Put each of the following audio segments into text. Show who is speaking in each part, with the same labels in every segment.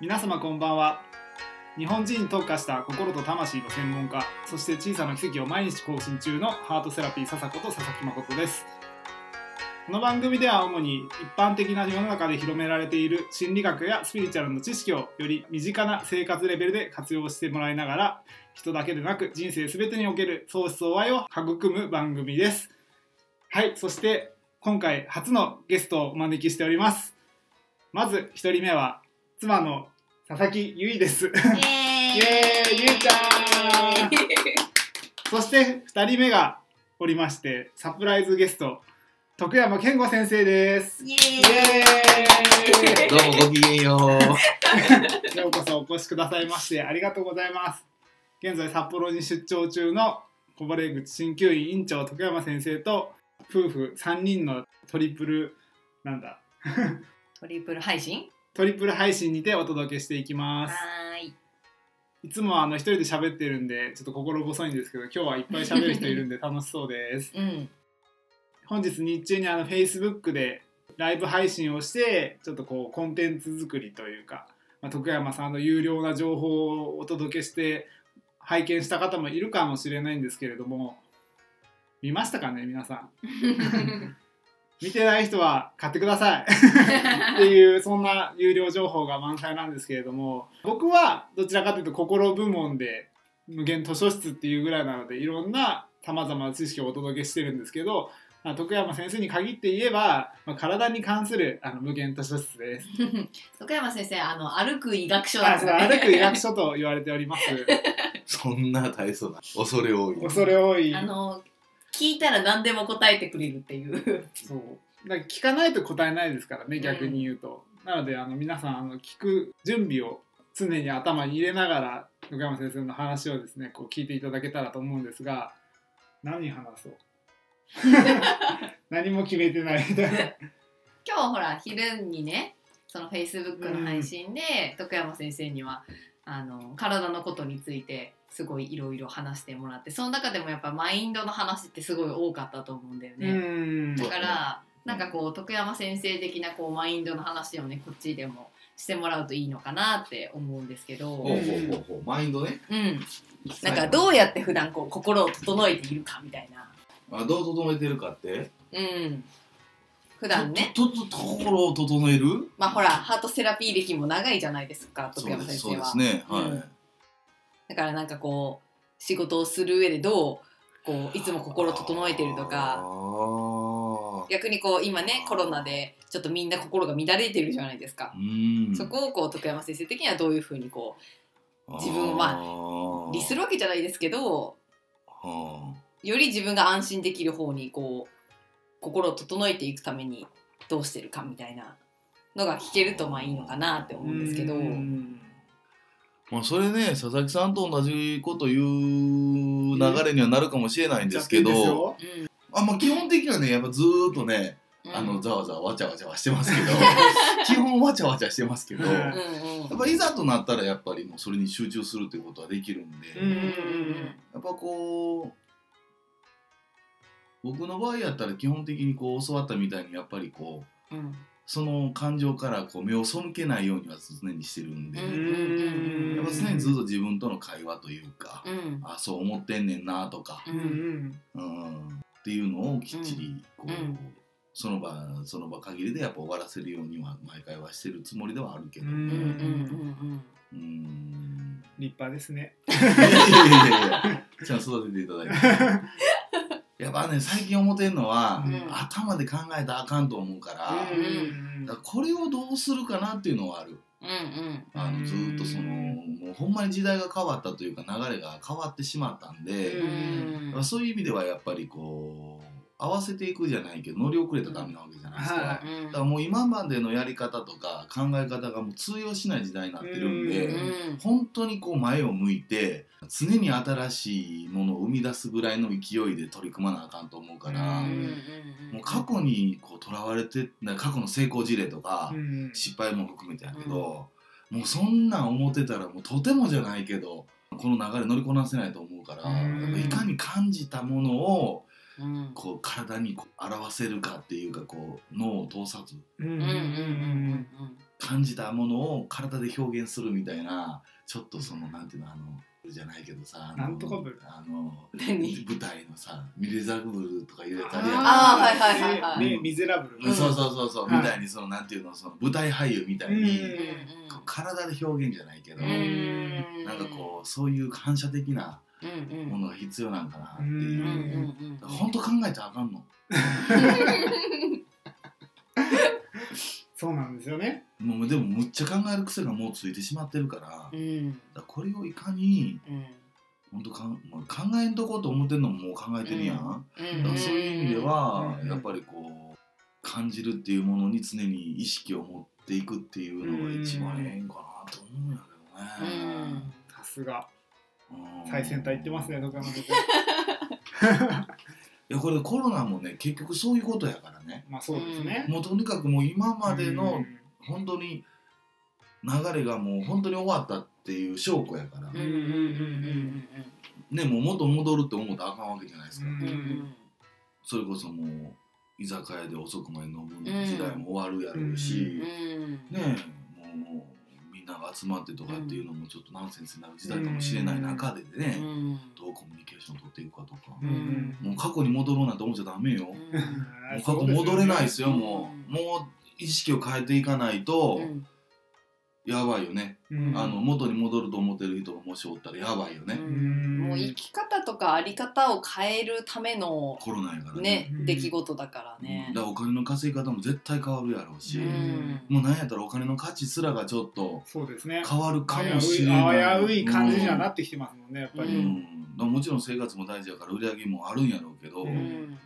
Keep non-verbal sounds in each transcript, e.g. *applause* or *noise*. Speaker 1: 皆様こんばんは日本人に特化した心と魂の専門家そして小さな奇跡を毎日更新中のハートセラピー笹子と佐々木誠ですこの番組では主に一般的な世の中で広められている心理学やスピリチュアルの知識をより身近な生活レベルで活用してもらいながら人だけでなく人生全てにおける相思相愛を育む番組ですはいそして今回初のゲストをお招きしておりますまず一人目は妻の佐々木由衣です *laughs*
Speaker 2: イエーイ。イエーイ。
Speaker 1: イエーイゆうちゃんそして2人目がおりましてサプライズゲスト徳山健吾先生です。
Speaker 2: イエ
Speaker 1: イ
Speaker 2: ー
Speaker 1: エ
Speaker 3: どうもごきげんよう。
Speaker 1: ーイようこそお越しくださいましてありがとうございます。現在札幌に出張中の小堀口鍼灸院院長徳山先生と夫婦3人のトリプルなんだ
Speaker 2: イ。トリプル配信。
Speaker 1: トリプル配信にてお届けしていきます。
Speaker 2: ーい。
Speaker 1: いつもはあの一人で喋ってるんでちょっと心細いんですけど今日はいっぱい喋る人いるんで楽しそうです。
Speaker 2: うん。
Speaker 1: 本日日中にあの Facebook でライブ配信をしてちょっとこうコンテンツ作りというか、まあ、徳山さんの有料な情報をお届けして拝見した方もいるかもしれないんですけれども見ましたかね皆さん見てない人は買ってくださいっていうそんな有料情報が満載なんですけれども僕はどちらかというと心部門で無限図書室っていうぐらいなのでいろんなさまざまな知識をお届けしてるんですけどまあ徳山先生に限って言えば、まあ、体に関するあの無限図書室です。
Speaker 2: 徳山先生、あの歩く医学書なん
Speaker 1: あ
Speaker 2: です
Speaker 1: そう
Speaker 2: ね。
Speaker 1: 歩く医学書と言われております。
Speaker 3: そんな大層な恐れ多い。
Speaker 1: 恐れ多い。
Speaker 2: あの、聞いたら何でも答えてくれるっていう。
Speaker 1: そう。なんか聞かないと答えないですからね、
Speaker 2: うん
Speaker 1: 逆に言うと。なので、あの皆さんあの聞く準備を常に頭に入れながら徳山先生の話をですね、こう聞いていただけたらと思うんですが、何話そう。
Speaker 2: *laughs*
Speaker 1: 何も決めてないみたいな。
Speaker 2: 今日ほら、昼にね、そのフェイスブックの配信で、徳山先生には。あの、体のことについて。すごいいろいろ話してもらってその中でもやっぱマインドの話ってすごい多かったと思うんだよね。
Speaker 1: うん。
Speaker 2: だから、
Speaker 3: う
Speaker 2: なんんかこう徳山先生的なこうマインドの話をねこっちでもしてもらうといいのかなって思うんですけ
Speaker 3: ほう
Speaker 2: ど、
Speaker 3: ほうほうほう。マインドね。
Speaker 2: うん、なんかどうやって普段こう心を整えているかみたいな、
Speaker 3: あどう整えてるかって。
Speaker 2: うん、普段ね、
Speaker 3: ととと心を整える。
Speaker 2: まあほらハートセラピー歴も長いじゃないですか
Speaker 3: そ
Speaker 2: 徳
Speaker 3: う
Speaker 2: 山
Speaker 3: で
Speaker 2: 先
Speaker 3: す
Speaker 2: 生
Speaker 3: そう
Speaker 2: は
Speaker 3: で。すね。はい。
Speaker 2: うんだからなんかこう仕事をする上でどうこういつも心を整えてると
Speaker 3: あ
Speaker 2: か。
Speaker 3: ー
Speaker 2: 逆にこう今ねコロナでちょっとみんな心が乱れてるじゃないですか、
Speaker 3: うん。
Speaker 2: そこをこう徳山先生的にはどういうふうにこう自分をま
Speaker 3: ま
Speaker 2: 利するわけじゃないですけどより自分が安心できる方にこう心を整えていくためにどうしてるかみたいなのが聞けるとまあいいのかなって思うんですけど。
Speaker 1: うん
Speaker 3: まあそれね佐々木さんと同じこと言う流れにはなるかもしれないんですけ
Speaker 1: やっていいんです
Speaker 3: ど、
Speaker 1: よ
Speaker 3: あまあ基本的にはねやっぱずーっとね
Speaker 2: うん
Speaker 3: あの
Speaker 2: うん
Speaker 3: ざわざわわちゃわちゃはしてますけど基本わちゃわちゃしてますけど
Speaker 1: うん
Speaker 3: や
Speaker 2: うん
Speaker 3: っぱいざとなったらやっぱりもうそれに集中するっていうことはできるんで、
Speaker 1: うん
Speaker 3: やっ
Speaker 2: うん
Speaker 3: ぱこう僕の場合やったら基本的にこう教わったみたいにやっぱりこう
Speaker 2: うん
Speaker 3: その感情からこう目を背けないようには常にしてるんで、
Speaker 2: う
Speaker 1: う
Speaker 2: ん
Speaker 1: ん
Speaker 3: やっぱ常にずっと自分との会話というか、
Speaker 2: うん
Speaker 3: あそう思ってんねんなとか、
Speaker 2: う
Speaker 1: うんん
Speaker 3: うん、っていうのをきっちりこう、
Speaker 2: うん
Speaker 3: その場その場限りでやっぱ終わらせるようには毎回はしてるつもりではあるけ
Speaker 1: う
Speaker 3: ど、
Speaker 1: んう
Speaker 2: うんうん
Speaker 1: ん
Speaker 2: うん
Speaker 3: うーん
Speaker 1: 立派ですね。
Speaker 3: いやいやいやいやちゃんと育てていただいてやっぱね最近思ってんのは、
Speaker 2: うん
Speaker 3: 頭で考えたらあかんと思うから,、
Speaker 2: うん
Speaker 3: だからこれをどうするかなっていうのはある
Speaker 2: うんうん
Speaker 3: あのずーっとそのもうほんまに時代が変わったというか流れが変わってしまったんで、
Speaker 1: う
Speaker 2: うんん
Speaker 3: まあそういう意味ではやっぱりこう合わせていくじゃないけど乗り遅れたらダメなわけじゃないですか、
Speaker 1: うんはい
Speaker 3: だからもう今までのやり方とか考え方がもう通用しない時代になってるんで、
Speaker 1: う
Speaker 3: 本当にこう前を向いて常に新しいものを生み出すぐらいの勢いで取り組まなあかんと思うから、
Speaker 1: うん
Speaker 3: もう過去にこうとらわれてなんか過去の成功事例とか、
Speaker 1: うん
Speaker 3: 失敗も含めてやけど、もうそんなん思ってたらもうとてもじゃないけどこの流れ乗りこなせないと思うから、
Speaker 1: うん
Speaker 3: やっぱいかに感じたものを
Speaker 2: うん
Speaker 3: こう体にこう表せるかっていうかこう脳を通さず
Speaker 1: うんうんう
Speaker 2: うんうんうん
Speaker 1: ん
Speaker 2: うん
Speaker 3: 考感じたものを体で表現するみたいなちょっとそのなんていうのあのじゃないけどさあの
Speaker 1: なんとかブル
Speaker 3: あの
Speaker 2: 何
Speaker 3: 舞台のさ「ミレザブル」とか言えたりやん
Speaker 2: あーはいはいはいはい
Speaker 1: ねミゼラブル
Speaker 3: うんそうそうそうそう、
Speaker 1: はい
Speaker 3: みたいにそのなんていうのその舞台俳優みたいに、
Speaker 1: うん
Speaker 3: 体で表現じゃないけど、
Speaker 2: うん
Speaker 3: なんかこうそういう反射的な
Speaker 2: うんうん
Speaker 3: ものが必要なんかなっていう、
Speaker 2: うんうんうん
Speaker 3: 本当考えちゃあかんの
Speaker 1: そうなんですよね
Speaker 3: もうでもむっちゃ考える癖がもうついてしまってるから,、
Speaker 2: う
Speaker 3: だか
Speaker 2: ん
Speaker 3: らこれをいかに
Speaker 2: うん
Speaker 3: 本当かんもう考えんとこうと思ってんのももう考えてるやん、
Speaker 2: うん
Speaker 3: だからそういう意味では、
Speaker 1: うん
Speaker 3: やっぱりこう感じるっていうものに常に意識を持っていくっていうのが一番ええんかなと思うんや
Speaker 2: う
Speaker 3: けどね。
Speaker 2: ん
Speaker 1: さすが
Speaker 3: うん
Speaker 1: 最先端行ってますね
Speaker 3: い
Speaker 1: どこかのとこ
Speaker 3: やこれコロナもね結局そういうことやからね
Speaker 1: まあそうですね
Speaker 3: もうとにかくもう今まで
Speaker 1: う
Speaker 3: の
Speaker 1: ん
Speaker 3: 本当に流れがもう本当に終わったっていう証拠やから、
Speaker 2: うんうんうん
Speaker 3: ねもう元戻るって思ったらあかんわけじゃないですか、
Speaker 1: うん
Speaker 2: うんうんうん
Speaker 3: それこそもう居酒屋で遅くまで飲む時代も終わるやろう
Speaker 2: う
Speaker 3: し、
Speaker 2: ん
Speaker 3: ねえもうみんなが集まってとかっていうのもちょっとナンセンスになる時代かもしれない中でね、
Speaker 2: うん
Speaker 3: どうコミュニケーション取っていくかとか、
Speaker 1: うん
Speaker 3: もう過去に戻ろうなんて思っちゃダメよ、もう
Speaker 1: うん
Speaker 3: 過去戻れないですよ
Speaker 2: うん
Speaker 3: もうもう意識を変えていかないと
Speaker 2: うん
Speaker 3: やばいよね、
Speaker 1: うん
Speaker 3: あの元に戻ると思ってる人がもしおったらやばいよね、
Speaker 2: うんもう生き方とかあり方を変えるための
Speaker 3: コロナやからね
Speaker 2: ね出来事だからね
Speaker 3: だからお金の稼ぎ方も絶対変わるやろうし、
Speaker 1: う
Speaker 3: もうなんやったらお金の価値すらがちょっと
Speaker 1: そうですね
Speaker 3: 変わるかもし
Speaker 1: 危う
Speaker 3: れない
Speaker 1: い危うい感じにはな
Speaker 3: っ
Speaker 1: ってきてますもんねやっぱ
Speaker 3: た
Speaker 1: り、
Speaker 2: うん
Speaker 3: もちろん生活も大事やから売り上げもあるんやろうけど、
Speaker 1: うん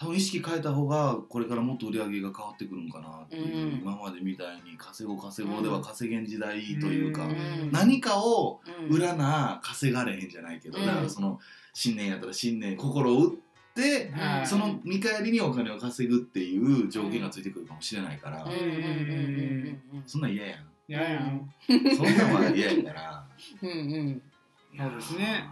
Speaker 3: 多分意識変えた方がこれからもっと売り上げが変わってくるんかなっていう、
Speaker 2: うん
Speaker 3: 今までみたいに稼ごう稼ごうでは稼げん時代というか、
Speaker 2: うん
Speaker 3: 何かを
Speaker 2: うん
Speaker 3: 売らな稼がれへんじゃないけど、
Speaker 2: うん
Speaker 3: だからその新年やったら新年心を打って
Speaker 1: はい
Speaker 3: その見返りにお金を稼ぐっていう条件がついてくるかもしれないから、
Speaker 2: うんうんうんうん
Speaker 3: そんなん嫌やん
Speaker 1: いやいや
Speaker 3: そんなんは嫌やから。
Speaker 2: うんうんうん
Speaker 1: そうですね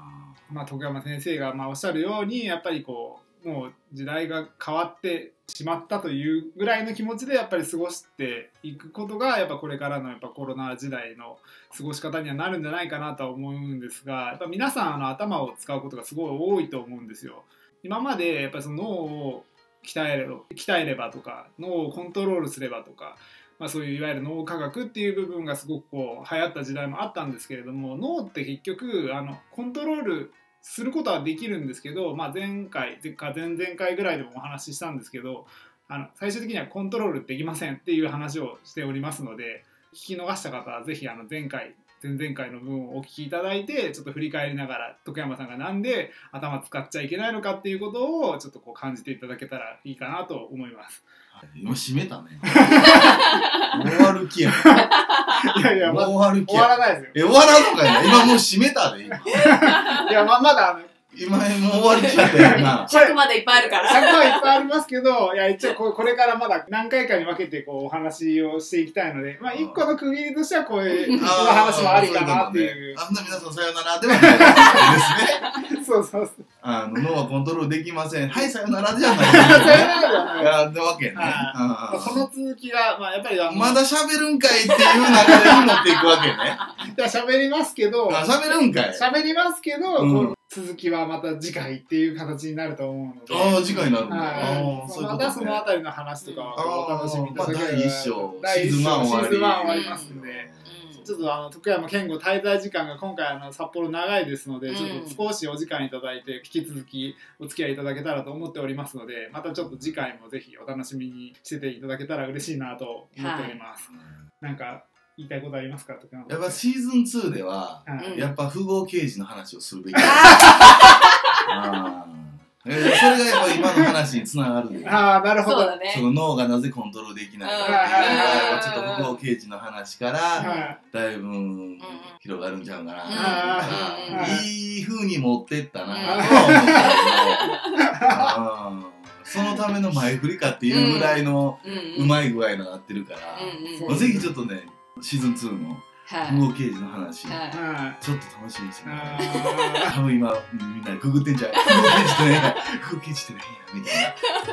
Speaker 1: まあ徳山先生がまあおっしゃるようにやっぱりこうもう時代が変わってしまったというぐらいの気持ちでやっぱり過ごしていくことがやっぱこれからのやっぱコロナ時代の過ごし方にはなるんじゃないかなとは思うんですがやっぱ皆さんあの頭を使うことがすごい多いと思うんですよ。今までやっぱりその脳を鍛えれば鍛えればとか脳をコントロールすればとかまあ、そういういわゆる脳科学っていう部分がすごくこう流行った時代もあったんですけれども脳って結局あのコントロールすることはできるんですけど、まあ、前回前か前々回ぐらいでもお話ししたんですけどあの最終的にはコントロールできませんっていう話をしておりますので聞き逃した方はぜひあの前回前々回の分をお聞きいただいてちょっと振り返りながら徳山さんがなんで頭使っちゃいけないのかっていうことをちょっとこう感じていただけたらいいかなと思い *laughs* ます。
Speaker 3: 今閉め
Speaker 1: *laughs*
Speaker 3: たね。終わる気やん。終
Speaker 1: いやいやもう
Speaker 3: わる気
Speaker 1: 終わ
Speaker 3: やん。
Speaker 1: らないですよ。
Speaker 3: え、終わらんのかいな。今もう閉めたで、今。
Speaker 1: いや、ままだ、あの
Speaker 3: 今もう終わる気やったよ
Speaker 1: *laughs*
Speaker 3: な。
Speaker 2: 尺までいっぱいあるから
Speaker 1: 尺はいっぱいありますけど、いや、一応こう、これからまだ何回かに分けて、こう、お話をしていきたいので、まあ、一個の区切りとしては、こういう、この
Speaker 3: あー
Speaker 1: 話もありかなって
Speaker 3: そい
Speaker 1: いうう
Speaker 3: の。もねあんな皆さんさよならではないですね。
Speaker 1: *laughs* そうそうそう。
Speaker 3: あの、脳はコントロールできません。はい、さよならじゃ
Speaker 1: *laughs*
Speaker 3: ない
Speaker 1: それなので
Speaker 3: いやってわけね。
Speaker 1: はまあその続きが、まあ、やっぱり、あ
Speaker 3: う
Speaker 1: の
Speaker 3: んまだ喋るんかいっていう中で持っていくわけね。
Speaker 1: いや喋りますけど、
Speaker 3: あ喋るんかい。
Speaker 1: 喋りますけど、
Speaker 3: うん
Speaker 1: この続きはまた次回っていう形になると思うので。
Speaker 3: ああ、次回になるんだ。あ
Speaker 1: は
Speaker 3: あ
Speaker 1: い、
Speaker 3: そういう
Speaker 1: ま
Speaker 3: こ
Speaker 1: た
Speaker 3: と
Speaker 1: そ
Speaker 3: ね
Speaker 1: のあたりの話とかはお楽しみいただければ、
Speaker 3: まあ第一章
Speaker 1: 第一章シーズン1終わります
Speaker 3: うん
Speaker 1: んで。ちょっとあの徳山健吾滞在時間が今回あの札幌長いですので、
Speaker 2: うん
Speaker 1: ちょっと少しお時間いただいて引き続きお付き合いいただけたらと思っておりますのでまたちょっと次回もぜひお楽しみにしてていただけたら嬉しいなと思っております、なんか言いたいことありますか徳山
Speaker 3: やっぱ
Speaker 1: さ
Speaker 3: シーズン2では、
Speaker 1: んはい
Speaker 2: うん
Speaker 3: やっぱ富豪刑事の話をするべきだ。
Speaker 1: *laughs*
Speaker 3: あーえそれがやっぱ今の話につながるんだよね。
Speaker 1: ああなるほ
Speaker 2: そう
Speaker 1: ど
Speaker 2: だね
Speaker 3: その脳がなぜコントロールできないかっていう
Speaker 1: う
Speaker 3: の
Speaker 1: ん
Speaker 3: がやっぱちょっと富豪刑事の話から
Speaker 1: は
Speaker 3: だいぶ広がるんちゃうか
Speaker 1: うん
Speaker 3: な、
Speaker 1: うん
Speaker 3: いい風に持ってったなと
Speaker 2: うん
Speaker 3: は思ったけどあーそのための前振りかっていうぐらいの
Speaker 2: うん
Speaker 3: うまい具合になってるから、
Speaker 2: うん
Speaker 1: そううん
Speaker 3: ぜひちょっとねシーズン2の
Speaker 2: はい
Speaker 3: 富豪刑事の話、
Speaker 2: はい
Speaker 1: いはい
Speaker 3: ちょっと楽しみですね。
Speaker 1: あ
Speaker 3: 多分今みんなググってんじゃん。富豪刑事ってね、富豪刑事ってねみ
Speaker 1: *laughs*
Speaker 3: たい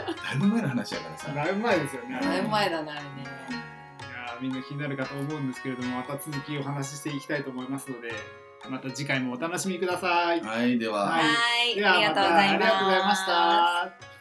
Speaker 3: な。だいぶ前の話やからさ。
Speaker 1: ーだいぶ前ですよね
Speaker 2: だいぶ前だなあれね
Speaker 1: いやーみんな気になるかと思うんですけれどもまた続きお話ししていきたいと思いますのでまた次回もお楽しみください。
Speaker 3: はい、では。
Speaker 1: はい
Speaker 4: はい、
Speaker 1: で
Speaker 4: あ
Speaker 1: は
Speaker 4: りが
Speaker 1: ま
Speaker 4: とうご
Speaker 1: た
Speaker 4: ざ
Speaker 1: あ
Speaker 4: い
Speaker 1: り
Speaker 4: ま
Speaker 1: がとうございまし
Speaker 4: す。
Speaker 1: た。